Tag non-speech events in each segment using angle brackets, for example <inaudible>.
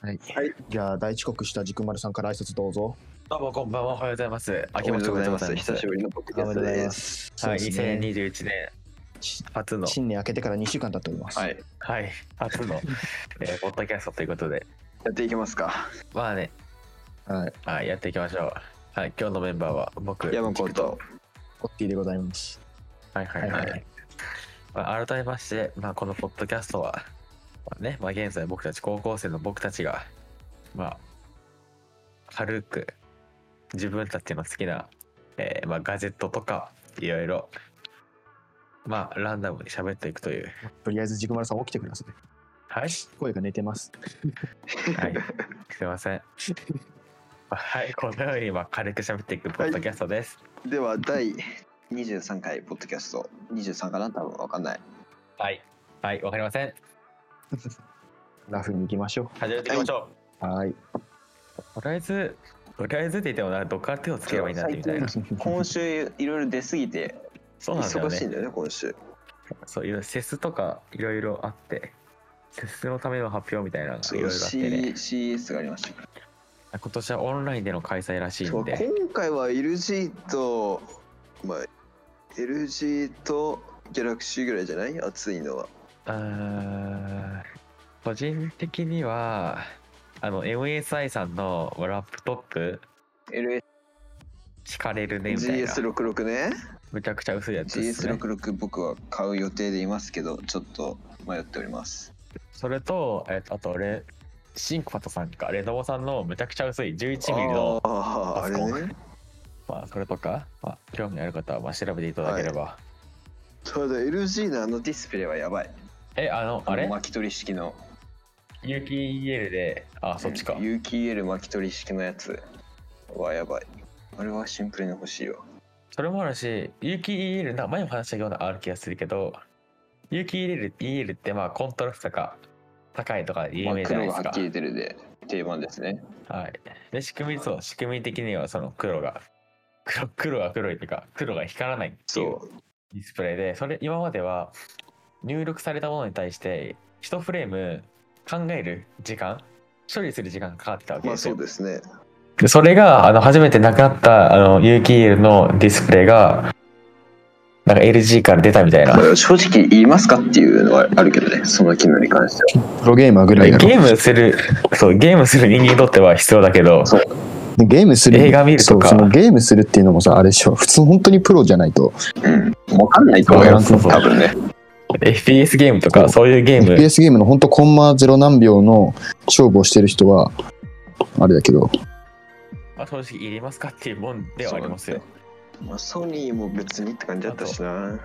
はい。じゃあ、大遅刻した軸丸さんから挨拶どうぞ。どうもこんばんは、おはようございます。ああけましておめでとうございます。久しぶりの僕おめでとうございで。ますはい、そうですね2021年し初の、新年明けてから2週間経っております。はい。はい、初の、えー、ポッドキャストということで、やっていきますか。まあね、はい。はい、やっていきましょう。はい、今日のメンバーは僕、山子と。オッティでございます。はいはいはい。はいはまあ、改めまして、まあ、このポッドキャストは、まあね、まあ、現在僕たち高校生の僕たちが、まあ、軽く自分たちの好きな、えーまあ、ガジェットとかいろいろ、まあ、ランダムに喋っていくという。とりあえず軸丸さん起きてください。はい。声が寝てます。はい、すいません。はい、このようにまあ軽く喋っていくポッドキャストです。では、第23回、ポッドキャスト。23かな多分わかんない。はい、はい、わかりません。ラフに行きましょ始めていきましょう。 <laughs> はい。う。とりあえず、とりあえずって言ってもな、どっから手をつければいいなってみたいな。今週、いろいろ出すぎて、そうなんだよ忙しいねん。だよね、今週。そういうセスとかいろいろあって、セスのための発表みたいなのがいそ、ろいうろあってね。 C、s がありました。今年はオンラインでの開催らしいそんうで、今回は LG と、まあ、LG とギャラクシーぐらいじゃない熱いのは。うーん個人的には、あの MSI さんのラップトップ、惹かれるねみたいな。 LGS66 ね。むちゃくちゃ薄いやつですね。 GS66 僕は買う予定でいますけどちょっと迷っておりますそれと、えっとあとレ、シンクパトさんか、レノボさんのむちゃくちゃ薄い11ミリの、あーあパソコンれねまあ、それとか、まあ、興味ある方はまあ調べていただければ。ただ LG のあのディスプレイはやばいえ、あの、あれの巻き取り式の有機 EL で、あ、そっちか。有機 EL 巻き取り式のやつはやばいあれはシンプルに欲しいわそれもあるし、有機 EL、な前も話したようなある気がするけど、有機 EL, EL ってまあコントラストが高いとか有真名っじゃ黒ないでがすはかっき。り出るで定番ですねはい。で、仕組み、そう、仕組み的にはその黒が、黒黒が黒いというか、黒が光らないっていうそうディスプレイで、それ今までは入力されたものに対して、1フレーム考える時間、処理する時間がかかってたわけまあですよそう。ですねでそれがあの初めてなくなったあの有機 EL のディスプレイがなんか LG から出たみたいなこれ正直言いますかっていうのはあるけどねその機能に関してはプロゲーマーぐらいゲやろ。ームするそうゲームする人間にとっては必要だけどそうゲームする。映画見るとかそうそのゲームするっていうのもさ、あれでしょ。普通、本当にプロじゃないと。うん分かんないと思いますそうそう多分ね FPS ゲームとかそういうゲーム PS ゲームの本当コンマゼロ何秒の勝負をしてる人は、あれだけど、まあ正直いりますかっていうもんではありますよそうなんだよまあソニーも別にって感じだったしな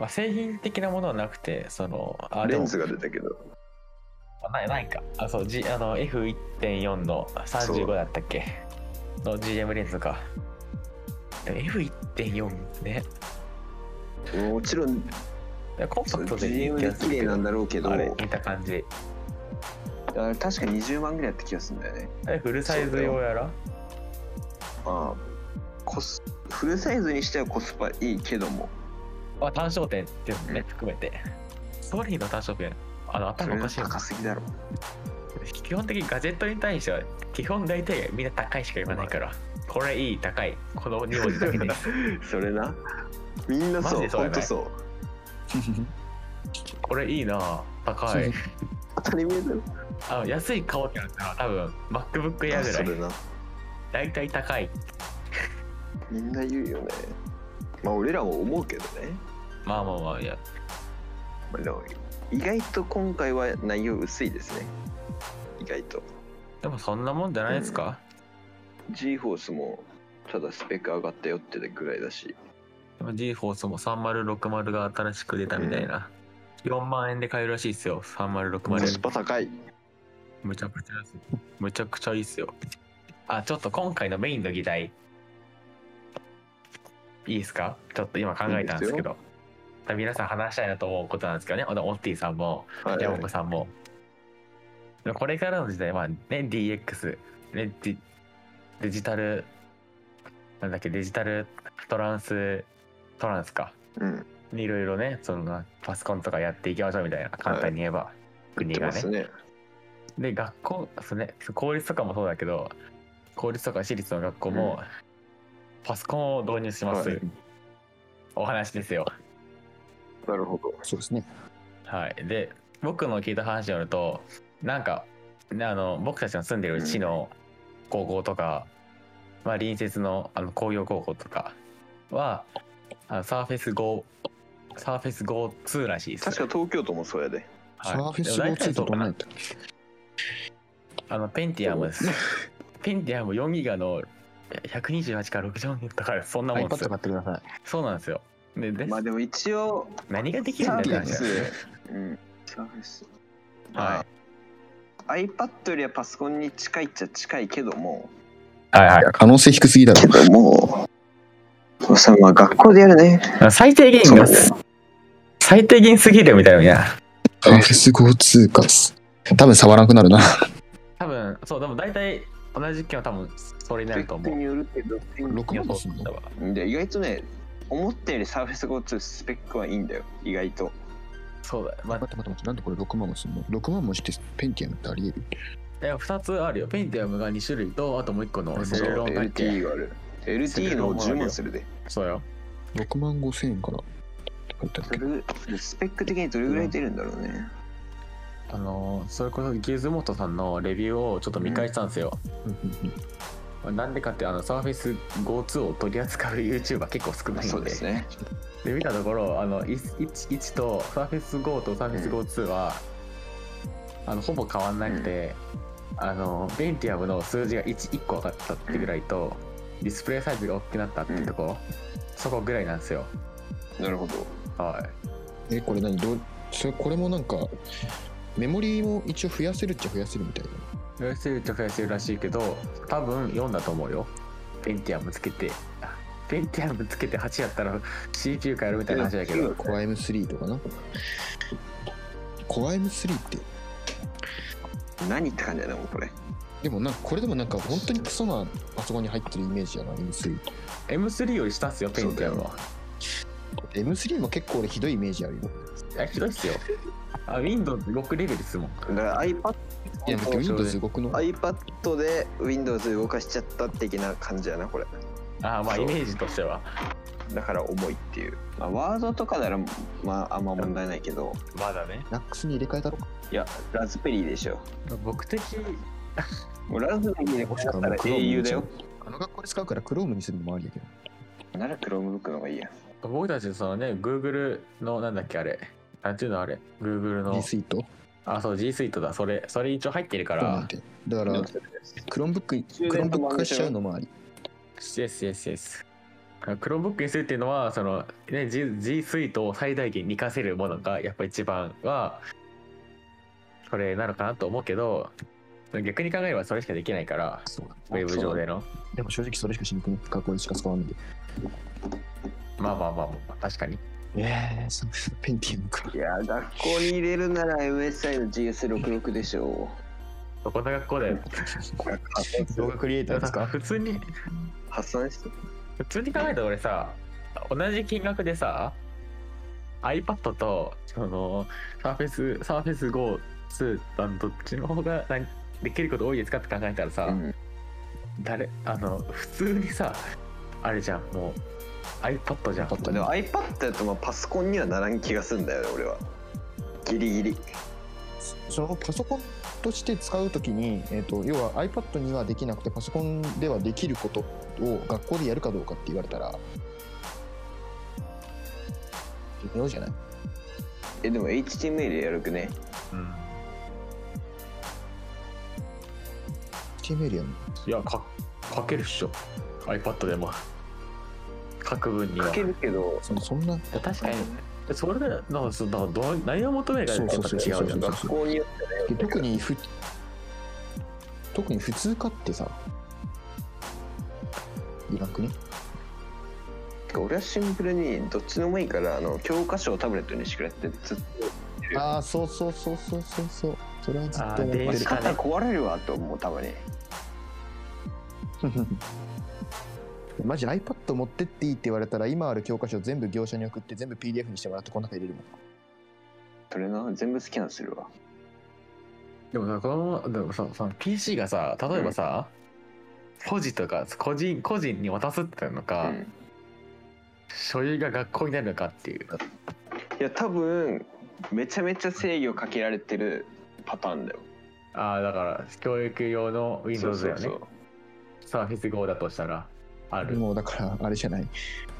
まあ、製品的なものはなくてそのあレでンもズが出たけどあないないかあそう、G、あの F1.4 のそう35だったっけの GM レンズかでも F1.4 ねもちろんコンパクトでいい GM 気でがす綺麗るけどなんだろうけどあれ見た感じあれ確か20万ぐらいやった気がするんだよねえフルサイズ用やらまあコスフルサイズにしてはコスパいいけどもあ単焦点っていうのね含めてソニーの単焦点あのそれ頭おかはしいよ高すぎだろ <laughs> 基本的にガジェットに対しては基本大体みんな高いしか言わないからこれいい高いこの2文字 <laughs> だけですそれなみんなマジそうでそうほやんねとそうこれいいなぁ高い当たり前だろあの安い買おうってなったら多分あ MacBook Air ぐらそいれな大体高いみんな言うよねまあ俺らも思うけどね、まあまあまあいやまあ、でも意外と今回は内容薄いですね意外とでもそんなもんじゃないですか、 g フォースもただスペック上がったよってぐらいだしでも G フォースも3060が新しく出たみたいな、4万円で買えるらしいですよコ3060スパ高いむちゃくちゃ安い。むちゃくちゃいいっすよ。あ、ちょっと今回のメインの議題。いいですかちょっと今考えたんですけど。皆さん話したいなと思うことなんですけどね。あのオッティさんも、はいヤモコさんも。これからの時代は、ね、DX、ねディ、デジタル、なんだっけ、デジタルトランス、トランスか。うんいろいろね、そのパソコンとかやっていきましょうみたいな、簡単に言え言っば、国てがまねす。ねで学校そう、ね、公立とかもそうだけど公立とか私立の学校もパソコンを導入します、はいお話ですよなるほど。 <laughs> そうですね。はいで僕の聞いた話によるとなんかねあの僕たちの住んでる市の高校とか、まあ、隣接のあの工業高校とかはあのサーフェス GO サーフェス GO2 らしいです確か東京都もそうやで。はサいーフェスをついてこないと。あの、ペンティアムです。 <laughs> ペンティアム4ギガの128から64とか、そんなもんで iPad すよ。買ってください。そうなんですよ。で、でまあでも一応、何ができるサんーだビよ、スみたい、うん、サービス。なはまあ、iPad よりはパソコンに近いっちゃ近いけども、い。はいいや、可能性低すぎだろ。けども、そうさ、まあ学校でやるね。はい。最低限が、最低限すぎるみたいな。サーフェス5通貨っす。多分触らなくなるな。多分、そう、でも大体同じ件は多分それになると思人う。によるけど、 6万もすんいやのそうだわで意外とね、思ったよりサーフェス GO2 スペックはいいんだよ、意外と。そうだ。まあ待って待って待って、なんでこれ6万もすんの ?6 万もしてペンティアムってあり得るいや、2つあるよ。ペンティアムが2種類と、あともう1個のセそうルロンだっけ LTE がある。LTE の方10万するで。そうよ。 ?6 万5千円からって書いてあるそけど。れスペック的にどれぐらい出るんだろうね。あのー、それこそギズモトさんのレビューをちょっと見返したんですよ。うんうんうんなんでかってあのサーフェイス GO2 を取り扱う YouTuber 結構少ないんでそうですね。で見たところあの 1, 1とサーフェイス GO とサーフェイス GO2 は、あのほぼ変わんなくて、あのベンティアムの数字が 1, 1個上がったってぐらいと、ディスプレイサイズが大きくなったってとこ、そこぐらいなんですよなるほど。はえ、これ何どうそれこれもなんか、メモリーも一応増やせるっちゃ増やせるみたいな。い増やせるっちゃ増やせるらしいけど多分4だと思うよベンティアムつけてあベンティアムつけて8やったら CPU 変えるみたいな話だけど Core M3 とかな。Core M3 って、何って感じだね、もうこれ。でもなんか、これでもなんか本当にクソなパソコンに入ってるイメージやな、M3。 M3 より下っすよペンティアムは M3 も結構俺ひどいイメージあるよ。いやひどいっすよあ Windows6 レベルですもんだから iPad いや、だって Windows 動くの。 iPad で Windows 動かしちゃった的な感じやなこれあまあそうイメージとしてはだから重いっていう、まあ、ワードとかならまああんま問題ないけどまだね LAX に入れ替えたろか。いやラズベリーでしょ僕的もうラズベリーでこもれしだくっはもたうら Chrome に au しだようよあの学校で使うから Chrome にするのもありやけど。なら Chromebook の方がいいや僕たちそのね Google のなんだっけあれなんていうのあれ Google の G Suite? あそう G Suite だそれそれ一応入ってるかそうなんらて。だから、Chromebook、充電とも Chromebook 化しちゃうのもあり。 Yes yes yes Chromebook にするっていうのはその、ね、G, G Suite を最大限に活かせるものがやっぱ一番はそれなのかなと思うけど逆に考えればそれしかできないからそうだウェブ上でのでも正直それしかしにくい。学校でしか使わないんで。まあまあまあまあ確かにえー、そう、ペンティアムか。いや学校に入れるなら MSI の GS66 でしょどこの学校だよ動画クリエイターですか普通に発散して普通に考えたら俺さ同じ金額でさ iPad とその Surface Surface Go 2あのどっちの方が何できること多いですかって考えたらさ、うん誰あの普通にさあれじゃんもう iPad じゃん iPad でも iPad だとまあパソコンにはならん気がすんだよね俺はギリギリそのパソコンとして使うときに、えー、と要は iPad にはできなくてパソコンではできることを学校でやるかどうかって言われたら微妙じゃないえでも HTML でやるくねうん、 ?HTML やんいやか書けるっしょ iPad でも書く分には書けるけどそのそんな確かにそれでなんかそのどう何を求めるかやっぱ違うじゃそうそうん学校によってで特にふ特に普通科ってさいらんくね俺はシンプルにどっちでもいいからあの教科書をタブレットにしてくれってずっああそうそうそうそうそうそうそれはずっと思ってあー電と子る化肩壊れるわと思うたまに <laughs> マジ iPad 持ってっていいって言われたら今ある教科書全部業者に送って全部 PDF にしてもらってこの中入れるもんそれな全部スキャンするわでもさこのままでもさその PC がさ例えばさ、個人とか個人個人に渡すってなるのか、うん所有が学校になるのかっていういや多分めちゃめちゃ制御かけられてるパターンだよああだから教育用の Windows だよねそうそうそうサーフィス GO だとしたらあるもうだからあれじゃない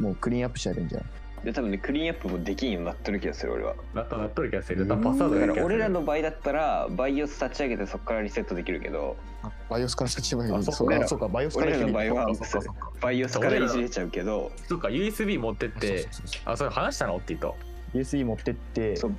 もうクリーンアップしてやるんじゃないで多分ねクリーンアップもできんようになってる気がする俺はなったなっとる気がするだからパスワードだからがある気がす俺るらの場合だったら BIOS 立ち上げてそこからリセットできるけどあバイオスから先してもいいけどあそっかそうあそうかバイオスから俺らの場合はそっかそっか BIOS からいじれちゃうけどそっか USB 持ってっそうてそうそうそうあそれ話したのって言うと USB 持ってってそう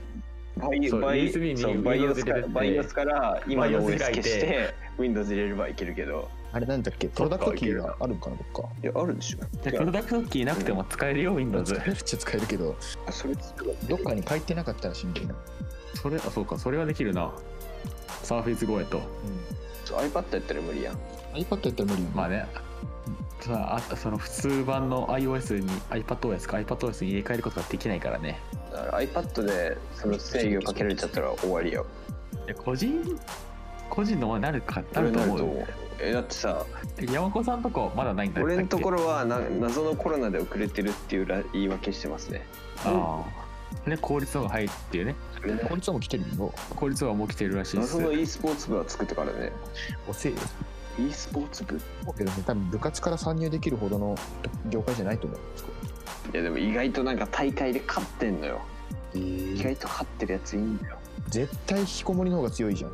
バイそうバイ USB にそう Windows BIOS から入れて BIOS から今の OS BIOS 開いて消して Windows 入れればいけるけどあれなんだっけプロダクトキーがあるんかなどっかいやあるでしょプロダクトキーなくても使えるよ使 Windows えるっちゃ使えるけどあそれ作ろうどっかに書いてなかったらしいんだよな、それあそうかそれはできるなサーフィス GO やとそう iPad やったら無理やん iPad やったら無理よねまあねさあその普通版の iOS に iPadOS か iPadOS に入れ替えることができないからねだから iPad でその制御かけられちゃったら終わりよいや個人個人のものになるかな俺るとなる思とう思うえだってさ山子さんとこまだないんだ俺のところろはな謎のコロナで遅れてるっていうら言い訳してますねああね効率の方が早いっていうねそれねこいつはもう来てるよ効率の方がもう来てるらしいです謎の e スポーツ部は作ってからね遅いよ e スポーツ部いけどね多分部活から参入できるほどの業界じゃないと思うやでも意外となんか大会で勝ってんのよ意外と勝ってるやついいんだよ絶対引きこもりの方が強いじゃん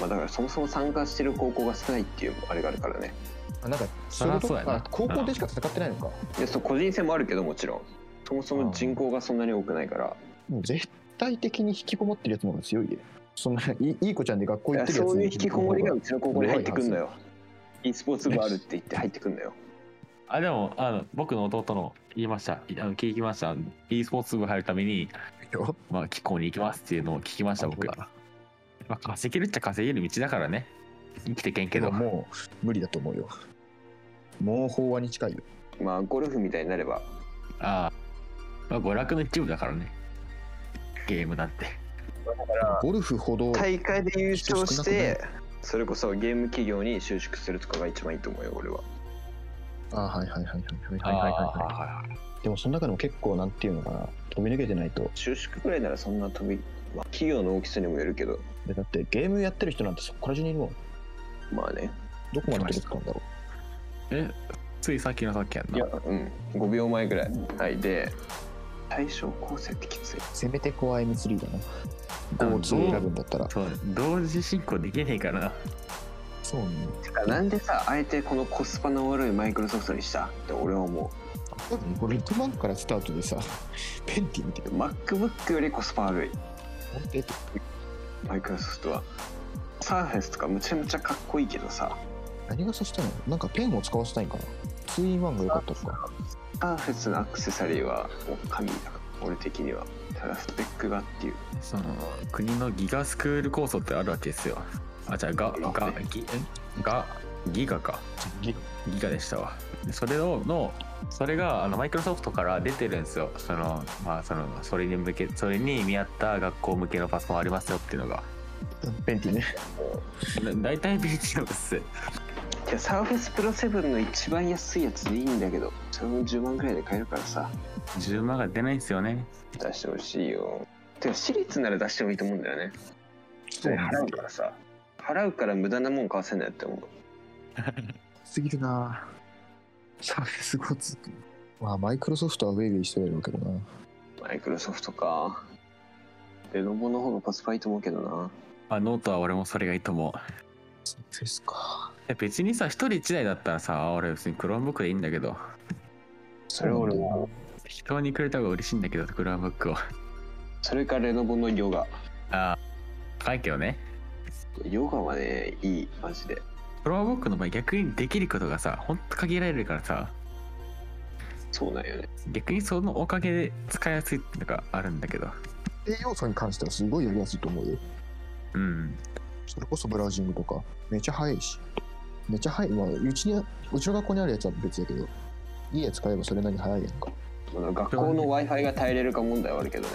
まあだからそもそも参加してる高校が少ないっていうあれがあるからねあなんかそりいゃことそうやなあ高校でしか戦ってないのか、いやそう個人戦もあるけどもちろんそもそも人口がそんなに多くないからもう絶対的に引きこもってるやつの方が強いでそんないいい子ちゃんで学校い行っやてるやつそういう引きこもりがのうちの高校に入ってくんのうよ e スポーツ部あるって言って入ってくんのよあでもあの僕の弟の言いましたいあの聞きました e スポーツ部入るために、方がまあ、機構に行きますっていうのを聞きました僕、あまあ、稼げるっちゃ稼げる道だからね生きてけんけどでももう無理だと思うよもう飽和に近いよまあゴルフみたいになればああ、まあ、娯楽の一部だからねゲームなんてゴルフほど大会で優勝人し少なくてそれこそゲーム企業に就職するとかが一番いいと思うよ俺はあはいはいはいはいはいはいはいはいはいはいでもその中でも結構なんていうのかな飛び抜けてないと就職くらいならそんな飛び、まあ、企業の大きさにもよるけどでだってゲームやってる人なんてそこから中にいるもんまあねどこまで届くんだろえついさっきのさっきやんいなやうん5秒前ぐらいはいで対象構成ってきついうせめてコア M3 だなうん5を次選ぶんだったらそう同時進行できねえからなそうねてかなんでさあえてこのコスパの悪いマイクロソフトにしたって俺は思これ6万からスタートでさ <laughs> ペンティ見てう MacBook よりコスパ悪い本当にマイクロソフトはサーフェスとかむちゃむちゃかっこいいけどさ何がさしたいのなんかペンを使わせたいんかな 2in1 が良かったとかサーフェスのアクセサリーはもう神だ俺的にはただスペックがっていうその国のギガスクール構想ってあるわけですよあじゃあガガギえガギガかギギガでしたわそれをのそれがあのマイクロソフトから出てるんですよそのまあそのそれに向けそれに見合った学校向けのパソコンありますよっていうの <laughs> がペンティねだ大体 BTO <laughs> ですいやサーフェスプロ7の一番安いやつでいいんだけどそれも10万ぐらいで買えるからさ10万が出ないんですよね出してほしいよてか私立なら出してもいいと思うんだよねそうなんだ払うからさ払うから無駄なもん買わせんなよって思うすぎるなサーフェスゴツまあマイクロソフトはウェイウェイしてやるけどなマイクロソフトかレノボの方がコスパいいと思うけどなまあノートは俺もそれがいいと思うサーフェスかいや別にさ一人一台だったらさ俺別に Chromebook でいいんだけどそそれは俺もも人にくれた方が嬉しいんだけど Chromebook をそれかレノボのヨガああ高いけどねヨガはねいいマジでクロームブックの場合逆にできることがさほんと限られるからさそうなんよね逆にそのおかげで使いやすいってのがあるんだけど栄養素に関してはすごいやりやすいと思うようんそれこそブラウジングとかめちゃ早いしめちゃ早いまあうちにうちの学校にあるやつは別だけどいいやつ買えばそれなりに早いやんかあの学校の w i f i が耐えれるか問題はあるけどね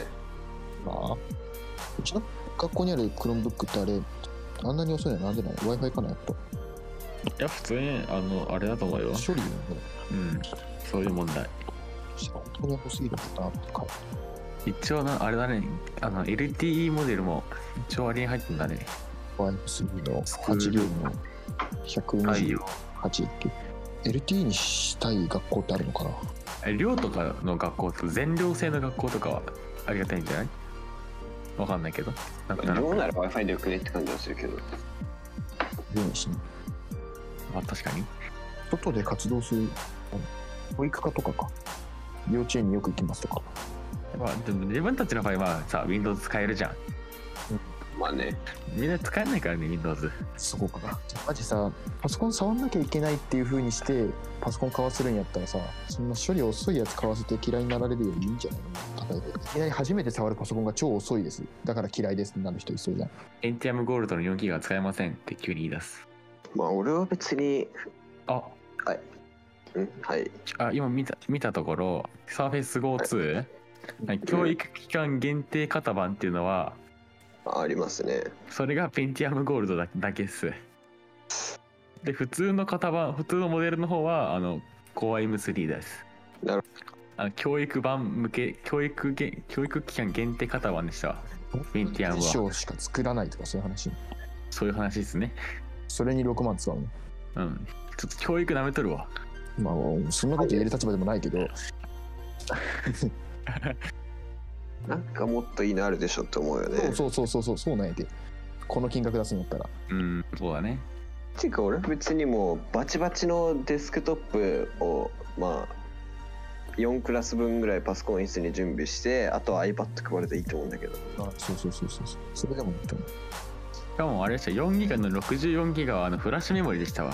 まあうちの学校にあるクロームブックってあれあんなに遅いのはなんでない ?Wi-Fi かなやっぱ。いや普通にあのあれだと思うよ処理うんそういう問題本当に欲しいのかなとか。一応なあれだねあの LTE モデルも一応あれに入ってんだね Wi-Fi の8両の128だっけ ?LTE にしたい学校ってあるのかなえ寮とかの学校と全寮制の学校とかはありがたいんじゃないわかんないけどなんかなどうなら Wi-Fi でよくねって感じはするけど。ようにしねまあ確かに外で活動する、あの保育課とかか。幼稚園によく行きますとか。まあでも自分たちの場合はさ Windows 使えるじゃんまあね。みんな使えないからね Windows そうかな。マジさ、パソコン触んなきゃいけないっていう風にして、パソコン買わせるんやったらさ、そんな処理遅いやつ買わせて嫌いになられるよりいいんじゃないの例えば。いきなり初めて触るパソコンが超遅いです。だから嫌いですってなる人いそうじゃん。エンティアムゴールドの4ギガ使えませんって急に言い出すまあ俺は別に、あうん、はい。あ今見た見たところ SurfaceGo2、はい、教育機関限定型番っていうのはありますね。それがペンティアムゴールドだだけっすで普通の型番普通のモデルの方はあの CoreM3 ですなるあの教育版向け教育げ教育機関限定型番でしたペンティアム衣は装しか作らないとかそういう話。そういう話ですねそれに6万使うの。うんちょっと教育なめとるわまあ、そんなこと言える立場でもないけど、なんかもっといいのあるでしょって思うよね。そうそうそうそうそう、そうなんやで。この金額出すんやったら。うんそうだねっていうか俺は別にもうバチバチのデスクトップをまあ4クラス分ぐらいパソコン椅子に準備してあとは iPad 配れていいと思うんだけどそうそうそうそうそう。それでもいいと思う。しかもあれでした4ギガの64ギガはあのフラッシュメモリでしたわ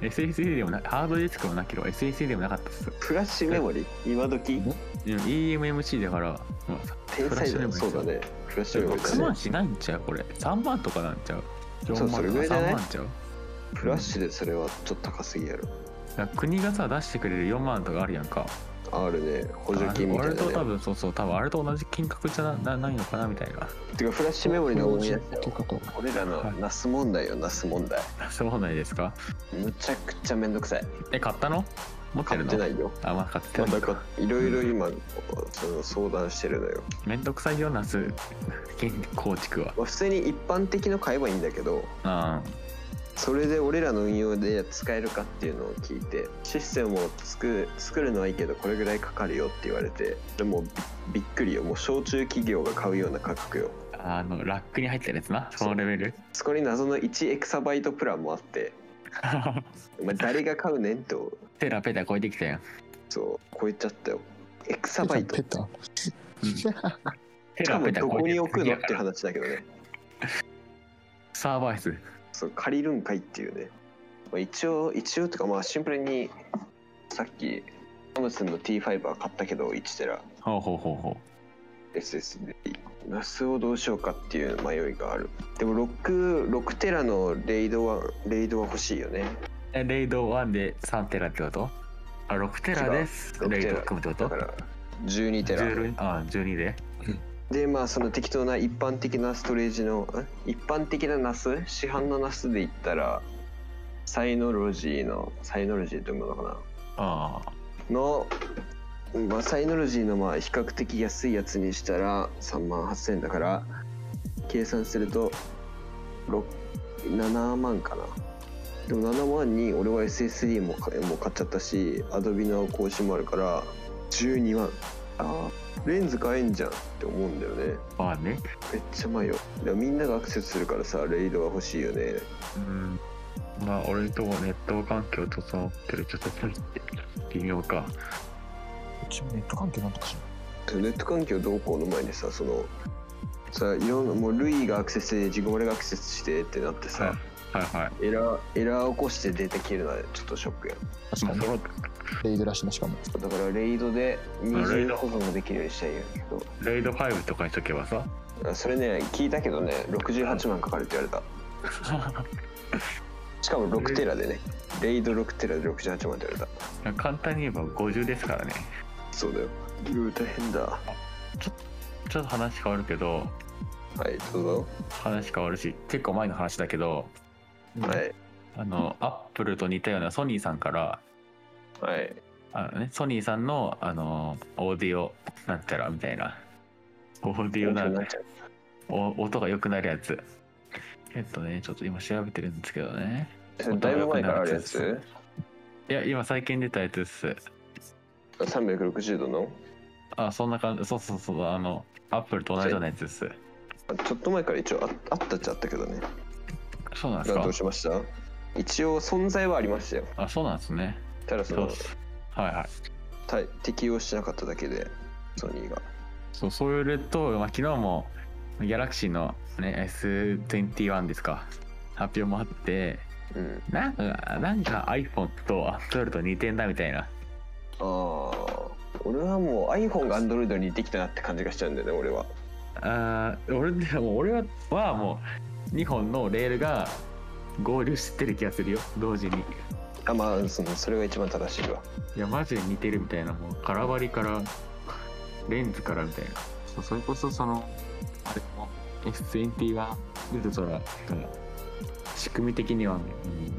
SSD でもなハードディスクもなければ SSD でもなかったっすフラッシュメモリ今時うん EMMC だから、まあ天才だよそフラッシュメモリうだねフラッシュメモリ6だ万ねしないんちゃうこれ3万とかなんちゃう4そう万それとぐからいじゃない3万ちゃうフラッシュでそれはちょっと高すぎやろだから国がさ出してくれる4万とかあるやんかあるね補助金みたあれいとな多ね分そうそう多分あれと同じ金額じゃななないのかなみたいな <laughs> てかフラッシュメモリの思い出したよ方俺らのナス問題よナス問題そうないですかむちゃくちゃめんどくさいえ買ったの持って買るっのてないよあまあ買ってまないだかいろいろ今その相談してるのよめんどくさいよナス構築はまあ普通に一般的の買えばいいんだけどあそれで俺らの運用で使えるかっていうのを聞いてシステムを作作るのはいいけどこれぐらいかかるよって言われてでもびびっくりよもう小中企業が買うような価格よああのラックに入ってるやつなそのレベルそこに謎の1エクサバイトプランもあって、まあ、誰が買うねんとペラペラ超えてきたやんそう超えちゃったよエクサバイトペタ。ペしかラもペラどこに置くのっ次てやから話だけどねサーバー室そう借りるんかいっていうね、まあ、一応一応とかまあシンプルにさっきサムスンの T5 は買ったけど1テラほうほうほうほ SSD ナスをどうしようかっていう迷いがあるでも 6, 6テラのレイドはレイドは欲しいよねうえレイド1で3テラってことあ6テラです違う6レイテドラ含むってだことから12テラ16あ12ででまあその適当な一般的なストレージのん一般的なナス市販のナスで言ったらサイノロジーのサイノロジーと読むのかああなの、まあ、サイノロジーのまあ比較的安いやつにしたら3万8000円だから計算すると6 7万かなでも7万に俺は SSD も買もう買っちゃったし Adobe の更新もあるから12万あーレンズ買えんじゃんって思うんだよねまあねめっちゃ迷うでもみんながアクセスするからさレイドは欲しいよねうんまあ俺んとこネット環境整ってるちょっと微妙かうちもネット関係なんとかしネット環境どうこうの前にさそのさいろんなもうルイがアクセスして自分俺がアクセスしてってなってさ、はいはエラーエラー起こしてデータ消えるのはちょっとショックやんない。いまあ確かそに。レのイドらしいな、しかも。だからレイドで二レイ重ド保存ができるようにしたいんやけレイド5とかにしとけ <laughs> ばさどあそれね聞いたけどね68万かかるって言われたしかも6テラでねレイド6テラで68万って言われた簡単に言えば50ですからねそうだようー大変だちょっと話変わるけどはいどうぞ話変わるし結構前の話だけどはいあのアップルと似たようなソニーさんからはいあの、ね、ソニーさんのあのオーディオなんちゃらみたいなオーディオななっちゃうお音が良くなるやつえっとねちょっと今調べてるんですけどねそれだいぶ前からあるやついや今最近出たやつっす360度のあそんな感じそうそうそうあのアップルと同じようなやつっすあちょっと前から一応ああったっちゃあったけどねそうなんですどかうしました一応存在はありましたよあそうなんですねただそそうっのすはいはいた適用してなかっただけでソニーがそうそれと、まあ、昨日もギャラクシーの、ね、S21 ですか発表もあってうんなんかなんか iPhone と Android と似てんだみたいなああ俺はもう iPhone が Android に似てきたなって感じがしちゃうんだよね俺はあー俺でも俺ははもう2本のレールが合流してる気がするよ同時にあまあそのそれが一番正しいわいやマジで似てるみたいなもう空張りからレンズからみたいなそうそれこそそのあれも S20 はウルトラから仕組み的には、うん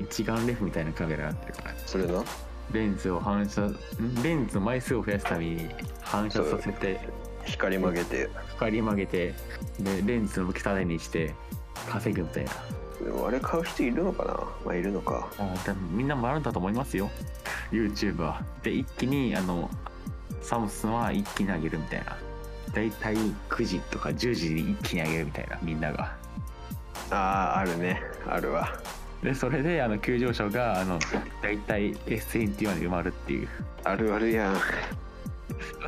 一眼レフみたいなカメラになってるからそれなレンズを反射んレンズの枚数を増やすために反射させて光曲げて光り曲げてでレンズの向きためにして稼ぐみたいなでもあれ買う人いるのかなまあいるのかあーでもみんなもあるんだと思いますよ YouTube はで一気にあのサムスンは一気に上げるみたいな大体9時とか10時に一気に上げるみたいなみんながあああるねあるわでそれであの急上昇があの大体 S21 で埋まるっていうあるあるやん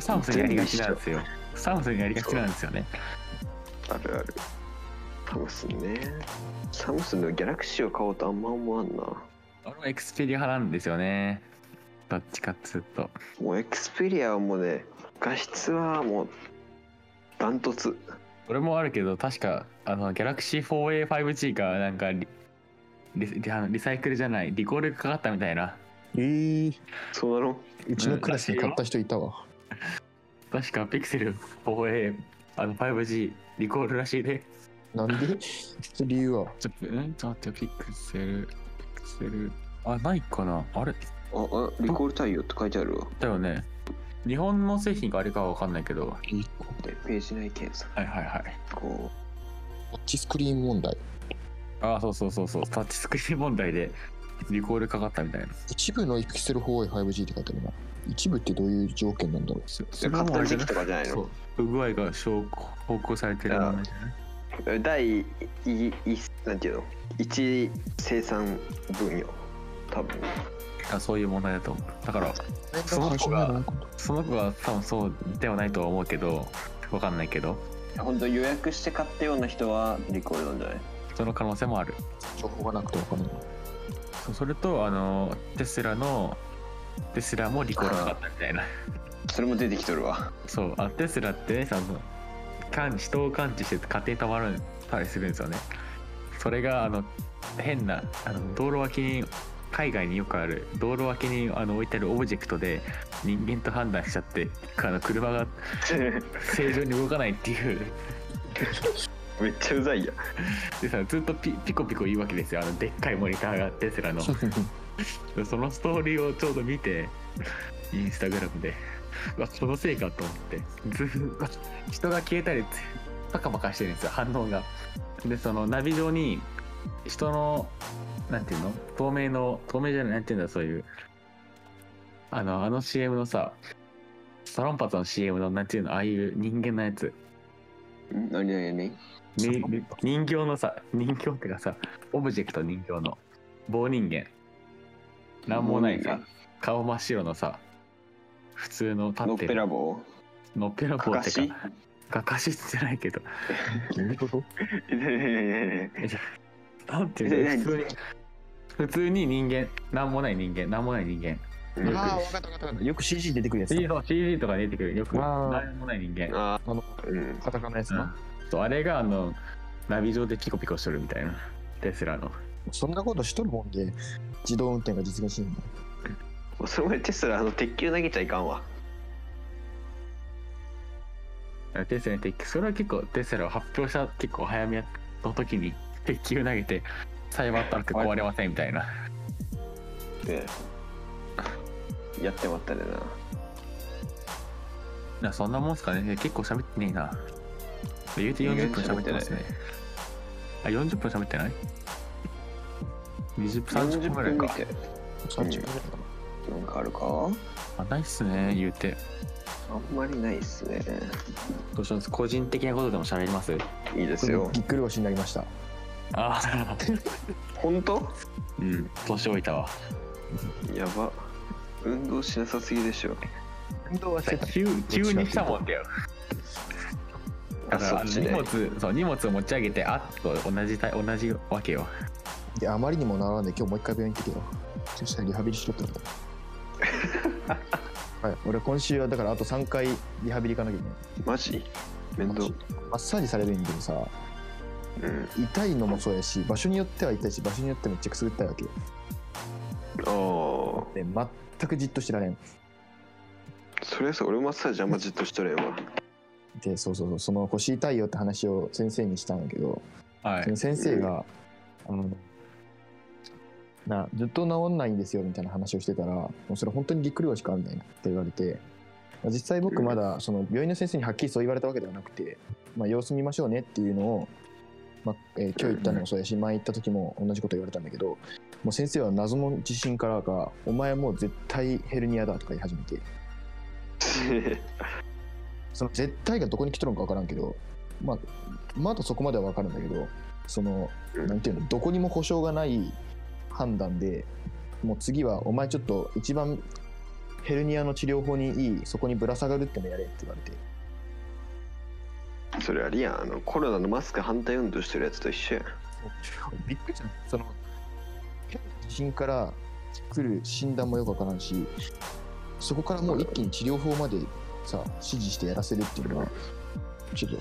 サムスンやりがちなんですよサムスンやりがちなんですよねあるあるサムスンねサムスンのギャラクシーを買おうとあんま思わんな俺はエクスペリア派なんですよねどっちかっつうともうエクスペリアはもうね画質はもうダントツ俺もあるけど確かあの Galaxy4A5G がなんかリリリあのリサイクルじゃないリコールがかかったみたいなえー、そうなのうちのクラスに買った人いたわ。確かピクセル 4A あの 5G リコールらしいでなん <laughs> で理由はちょっと待ってピクセルピクセルあないかなああれあリコール対応って書いてあるわだよね日本の製品があれかは分かんないけどでページ内検査はいはいはいこタッチスクリーン問題。あそうそうそうそうタッチスクリーン問題でリコールかかったみたいな一部の Pixel4A5G って書いてあるな。一部ってどういう条件なんだろうそうう買った時期とかじゃないそのう不具合が証拠報告されてるものじゃない第いいなんていうの一生産分野多分あそういう問題だと思うだからその子がその子は多分そうではないとは思うけどわかんないけど本当予約して買ったような人はリコールなんじゃないその可能性もある情報がなくてわかんない。そうそれとあのテスラのテスラもリコールかかったみたいなそれも出てきとる <laughs> わそうあテスラってねその感知人を感知して勝手にたまるたりするんですよねそれがあの変なあの道路脇に海外によくある道路脇にあの置いてあるオブジェクトで人間と判断しちゃってあの車が正常に動かないっていうめっちゃうざいやでさずっとピピコピコ言うわけですよあのでっかいモニターがテスラのそのストーリーをちょうど見てインスタグラムでうわこのせいかと思ってずーっと人が消えたりパカパカしてるんですよ反応がでそのナビ上に人のなんていうの透明の透明じゃないなんていうんだそういうあのあの CM のさサロンパスの CM のなんていうのああいう人間のやつん何何何に人形のさ人形ってかさオブジェクト人形の棒人間なんもない棒さ人顔真っ白のさ普通の立のっってぺらるぼうのっぺらぼうかかってしかかかしじゃないけどどういうこと <laughs> なんていえうの普通に普通に人間なんもない人間なんもない人間うんあーかったわかった。よく CG 出てくるやつだ。 CG とか出てくるよくあーなんもない人間ああの、うんカタカナやつうな。んそうあれがあのナビ上でピコピコしてるみたいなテスラのそんなことしとるもんで、自動運転が実現しないんだ。それまでテスラあの鉄球投げちゃいかんわやデスに適それは結構デスラを発表した結構早めの時に鉄球投げてサイバータンク壊れませんみたいなでやってまったでななそんなもんすかね結構喋ってねえな言うて40分喋ってますねあ40分喋ってない20分30分ぐらいかて30分ぐらいかな。なんかあるかあないっすね言うてあんまりないっすねどうします個人的なことでも喋りますいいでそすれよもぎっくり腰になりました。ああ本当うん年老いたわやば運動しなさすぎでしょ運動はしてた。急急にしたもんだよだあかそらっち荷で物そう荷物を持ち上げてあっと同じ体同じわけよで、あまりにもならんで、今日もう一回病院行ってきよ。そしたらリハビリしろってこと <laughs> はい、俺今週はだからあと3回リハビリ行かなきゃいけない。マジ面倒マッサージされるんやけどさ、うん痛いのもそうやし、場所によっては痛いし、場所によってめっちゃくすぐったいわけ。ああで、全くじっとしてられん。それさ俺マッサージあんまじっとしとれんわ <laughs> で、そうそうそう、その腰痛いよって話を先生にしたんやけど、はその先生が、あのなずっと治んないんですよみたいな話をしてたらもうそれ本当にぎっくり腰かみたいなって言われてまあ実際僕まだその病院の先生にはっきりそう言われたわけではなくて、まあ、様子見ましょうねっていうのを、まあえー今日行ったのもそうやし前行った時も同じこと言われたんだけどもう先生は謎の自信からか「お前もう絶対ヘルニアだ」とか言い始めてその絶対がどこに来とるのか分からんけど、まあ、まだそこまでは分かるんだけどそのうんなんていうのどこにも保証がない判断でもう次はお前ちょっと一番ヘルニアの治療法にいいそこにぶら下がるってのやれって言われてそれありやんあのコロナのマスク反対運動してるやつと一緒やんびっくりしたその変な地震から来る診断もよく分からんしそこからもう一気に治療法までさ指示してやらせるっていうのはちょっと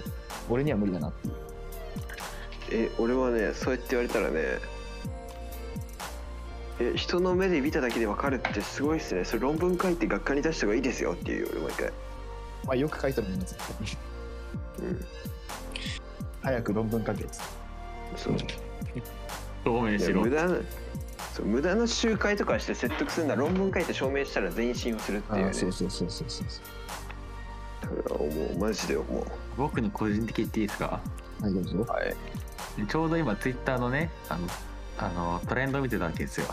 俺には無理だなっていうえ俺はねそうやって言われたらねえ人の目で見ただけで分かるってすごいっすねそれ論文書いて学科に出した方がいいですよっていうよ俺毎回まあよく書いてあるもんな絶対にうん早く論文書けっつってそう透明しいやろ無駄なそう無駄な集会とかして説得するなら論文書いて証明したら全員信用するっていう,、ね、そうそうそうそうそうそそれは思うマジで思う僕の個人的に言っていいですかうはいどうぞはいちょうど今ツイッターのねあのあのトレンドを見てたわけですよ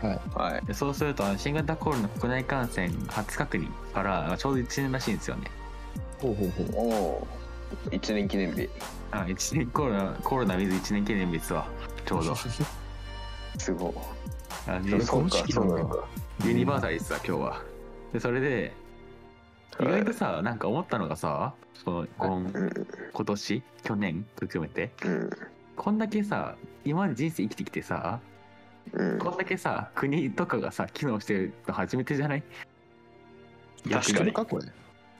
はいでそうするとあの新型コロナ国内感染初確認からちょうど1年らしいんですよねほうほうほうおお1年記念日あ1年コロナコロナ水1年記念日ですわち <laughs> <laughs> ょうどすごいあのれこの時期なんだユニバーサリーですわ今日はでそれで意外とさなんか思ったのがさその今うん今年去年含めてうんこんだけさ今まで人生生きてきてさうんこんだけさ国とかがさ機能してるの初めてじゃない確かにかこれ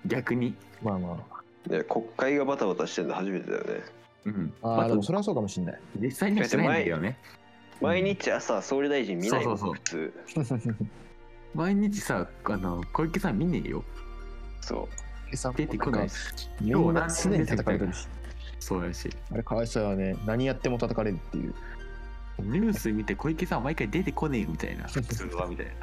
逆にまあまいや国会がバタバタしてるの初めてだよねうんああー、まあでもそれはそうかもしんない実際にはしてないんだよね毎日朝総理大臣見ないもんそうそうそう普通毎日さあの小池さん見ねえよそ出てこないししみんな常に叩かれてるしそうやしあれかわいそうやね何やっても叩かれるっていう <laughs> ニュース見て小池さん毎回出てこねえよみたいな普通はみたいなう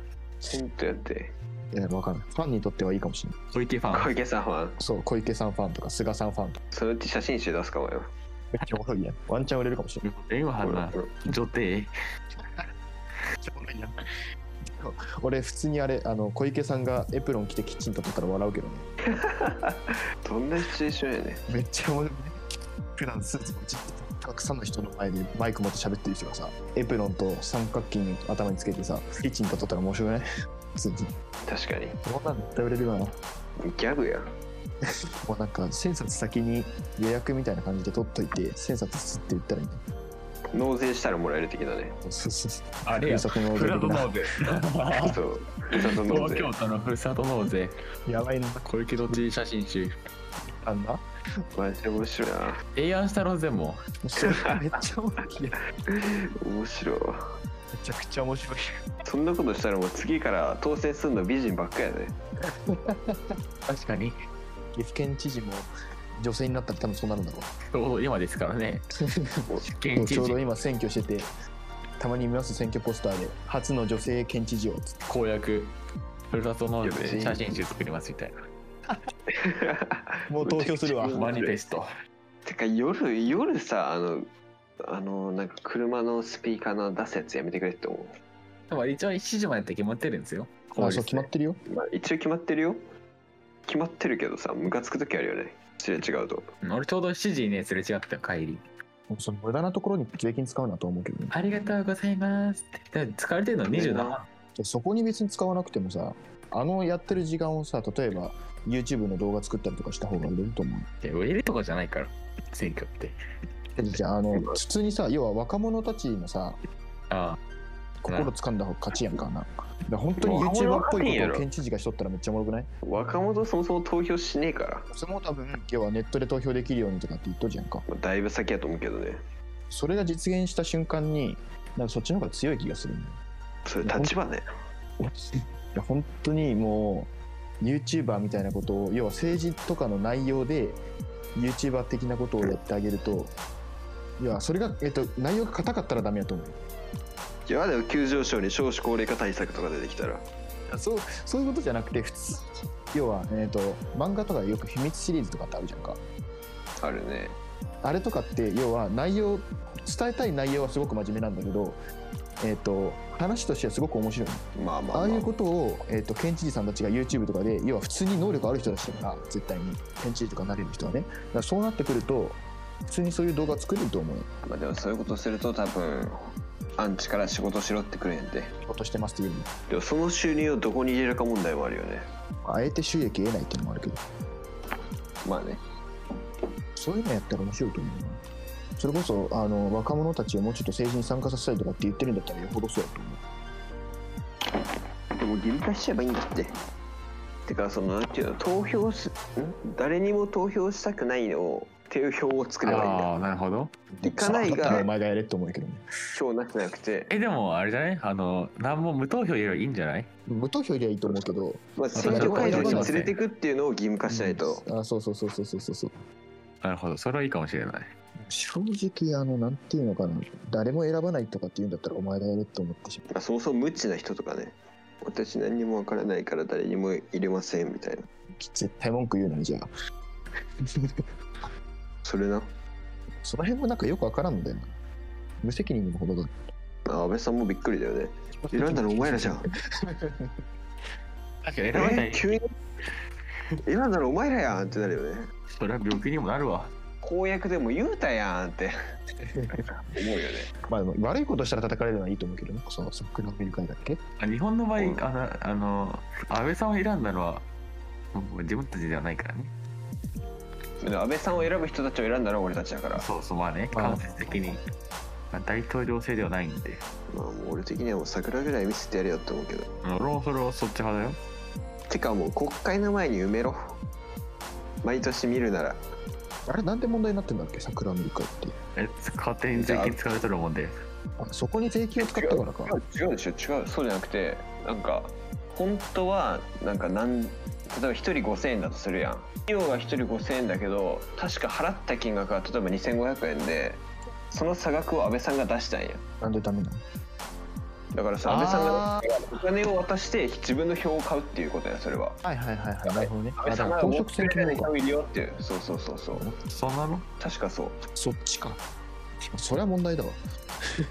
ほんとやっていやわかんないファンにとってはいいかもしれない小池ファ小ン池さんはそう小池さんファンとか菅さんファンとかそのうち写真集出すかもよめっちゃおもろいやんワンチャン売れるかもしれない電話ほ班らなほら女帝 <laughs> 俺普通にあれあの小池さんがエプロン着てキッチンとったら笑うけどねどんなシチュエーションやねめっちゃおもろいね普段スーツもちっとたくさんの人の前でマイク持って喋ってる人がさエプロンと三角巾頭につけてさキッチンと撮ったら面白くない普通に確かにこんなん絶対売れるなもギャグやんうなんか千冊先に予約みたいな感じで取っといて千冊すって言ったらいいんだ納税したらもらえる的だねそうそうそうあふるさと納税的な税そう印刷納 <laughs> 東税京都のふるさと納税やばいな小池都知事写真集あんなマジで面白いな提案したろでもそれ <laughs> めっちゃ面白いいや面白いめちゃくちゃ面白いそんなことしたらもう次から当選すんの美人ばっかやね確かに岐阜県知事も女性になったら多分そうなるんだろうちょうど今ですからね。も県う知ちょうど事今選挙しててたまに見ます選挙ポスターで初の女性県知事をつって公約ふるさと納税いやで写真集作りますみたいな。もう投票する <laughs> わうんマニフェスト。てか夜夜さあのあのなんか車のスピーカーの出すやつやめてくれって思まあ一応7時までって決まってるんですよ。あそう決まってるよう、まあ、一応決まってるよ決まってるけどさムカつく時あるよねすれ違うとうん俺ちょうど7時にねすれ違ってたよ帰り。もうその無駄なところに税金使うなと思うけどねありがとうございますって。で使われてるのは27万。でそこに別に使わなくてもさあのやってる時間をさ例えば YouTube の動画作ったりとかした方が売れると思うで売れるとかじゃないから選挙って。けどじゃああの普通にさ要は若者たちのさあ心掴んだ方が勝ちやんかなだから本当にもう YouTuber っぽ若者勝てんいこやとろを県知事がしとったらめっちゃおもろくない若者そもそも投票しねえから、それも多分要はネットで投票できるようにとかって言っとるじゃんかまあ、だいぶ先やと思うけどねそれが実現した瞬間になんかそっちの方が強い気がするんだよそれ立場ねいや本当にもう YouTuber みたいなことを要は政治とかの内容で YouTuber 的なことをやってあげるといやそれが、えっと、内容が硬かったらダメやと思ういやだよ急上昇に少子高齢化対策とか出てきたらそうそういうことじゃなくて普通要は、えっと、漫画とかでよく秘密シリーズとかってあるじゃんかあるねあれとかって要は内容伝えたい内容はすごく真面目なんだけど、えっと話としてはすごく面白いのまあまあ、まああ、あいうことを、えー、と県知事さんたちが YouTube とかで要は普通に能力ある人たちだから絶対に県知事とかなれる人はねだからそうなってくると普通にそういう動画作れると思うよまあでもそういうことすると多分アンチから仕事しろってくれへんで仕事してますっていうのにでもその収入をどこに入れるか問題もあるよねあえて収益得ないっていうのもあるけどまあねそういうのやったら面白いと思うよそれこそあの若者たちをもうちょっと政治に参加させたいとかって言ってるんだったらよほどそうやと思うでも義務化しちゃえばいいんだっててかそのなんていうの投票すん誰にも投票したくないのを定票を作ればいいんだよあーなるほど。行かないだったらがお前がやれって思うけどね票なくなくて、えでもあれじゃないあの何も無投票よりはいいんじゃない無投票よりはいいと思うけどまあ、選挙会場に連れてくっていうのを義務化しないと、うんあそうそうそうそうそうそうそうなるほどそれはいいかもしれない。正直あのなんていうのかな誰も選ばないとかって言うんだったらお前がやれって思ってしまうまあ、そもそも無知な人とかね私何にもわからないから誰にも入れませんみたいな絶対文句言うなにじゃあそれなその辺もなんかよくわからんのだよな無責任にもほどがあ安倍さんもびっくりだよね選んだのお前らじゃん確かに選ばれたえい。急に選んだのお前らやんってなるよねそれは病気にもなるわ。公約でも言うたやんって思うよね <laughs> まあでも悪いことしたら叩かれるのはいいと思うけどねそのそっくりの見る会だっけあ日本の場合うんあのあの安倍さんを選んだのはもう自分たちではないからね。でも安倍さんを選ぶ人たちを選んだのは俺たちだから、そうそうまあねまあ間接的に、まあ、大統領制ではないんで。まあ、もう俺的にはもう桜ぐらい見せてやれよって思うけど俺もそれはそっち派だよ。てかもう国会の前に埋めろ毎年見るならあれなんで問題になってんだっけ桜を見る会ってえ勝手に税金使われとるもんで。あそこに税金を使ったからか違う違うでしょ違うそうじゃなくてなんか本当はなんかなん例えば1人5,000円だとするやん費用が1人5,000円だけど確か払った金額は例えば2,500円でその差額を安倍さんが出したんやなんでダメなのだからさ安倍さんがあお金を渡して自分の票を買うっていうことやそれははいはいはいはいなるほどね安あ倍ださかんがら公職選挙法票かを入れようっていうそうそうそうそうそんなの確かそうそっちかそりゃ問題だわ <laughs>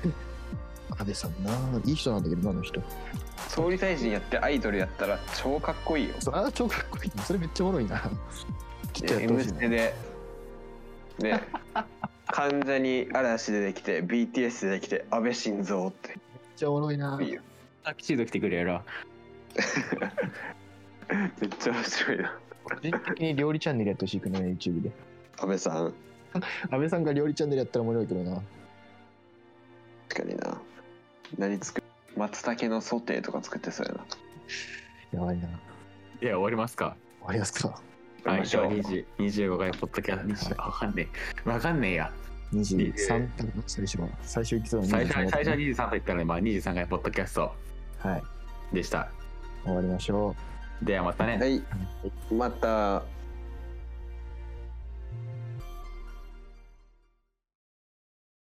安倍さんないい人なんだけどなあの人総理大臣やってアイドルやったら超かっこいいよそれは超かっこいいそれめっちゃおもろいなきっとやってほ M しいスなテでね関ジャニ嵐出てきて BTS 出てきて安倍晋三ってめっちゃおもろいないいよタキシード来てくれやろ。めっちゃ面白いな個人的に料理チャンネルやってほしいけどね YouTube で安倍さん安倍さんが料理チャンネルやったら面白いけどな確かにな何作る松茸のソテーとか作ってそうやなやばいなでは終わりますか。終わりやすくさはい、じゃあ今日20 25回ポッドキャスト、わかんねえ。わかんねえや。 23とか最初は最初行きそうな最初は最初はに23と言ったので、まあ、23回ポッドキャストはいでした。終わりましょうではまたね。はいまた